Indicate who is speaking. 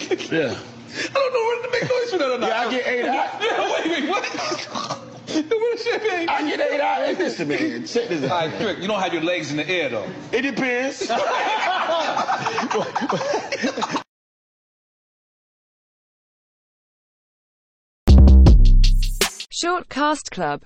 Speaker 1: Yeah.
Speaker 2: I don't know whether to make noise for that or not.
Speaker 1: Yeah, I get eight out.
Speaker 2: wait, wait, what? what is your name?
Speaker 1: I get eight out. Hey, listen, man. Check this
Speaker 2: All
Speaker 1: out.
Speaker 2: right, quick. You don't have your legs in the air though.
Speaker 1: It depends.
Speaker 3: Short Cast Club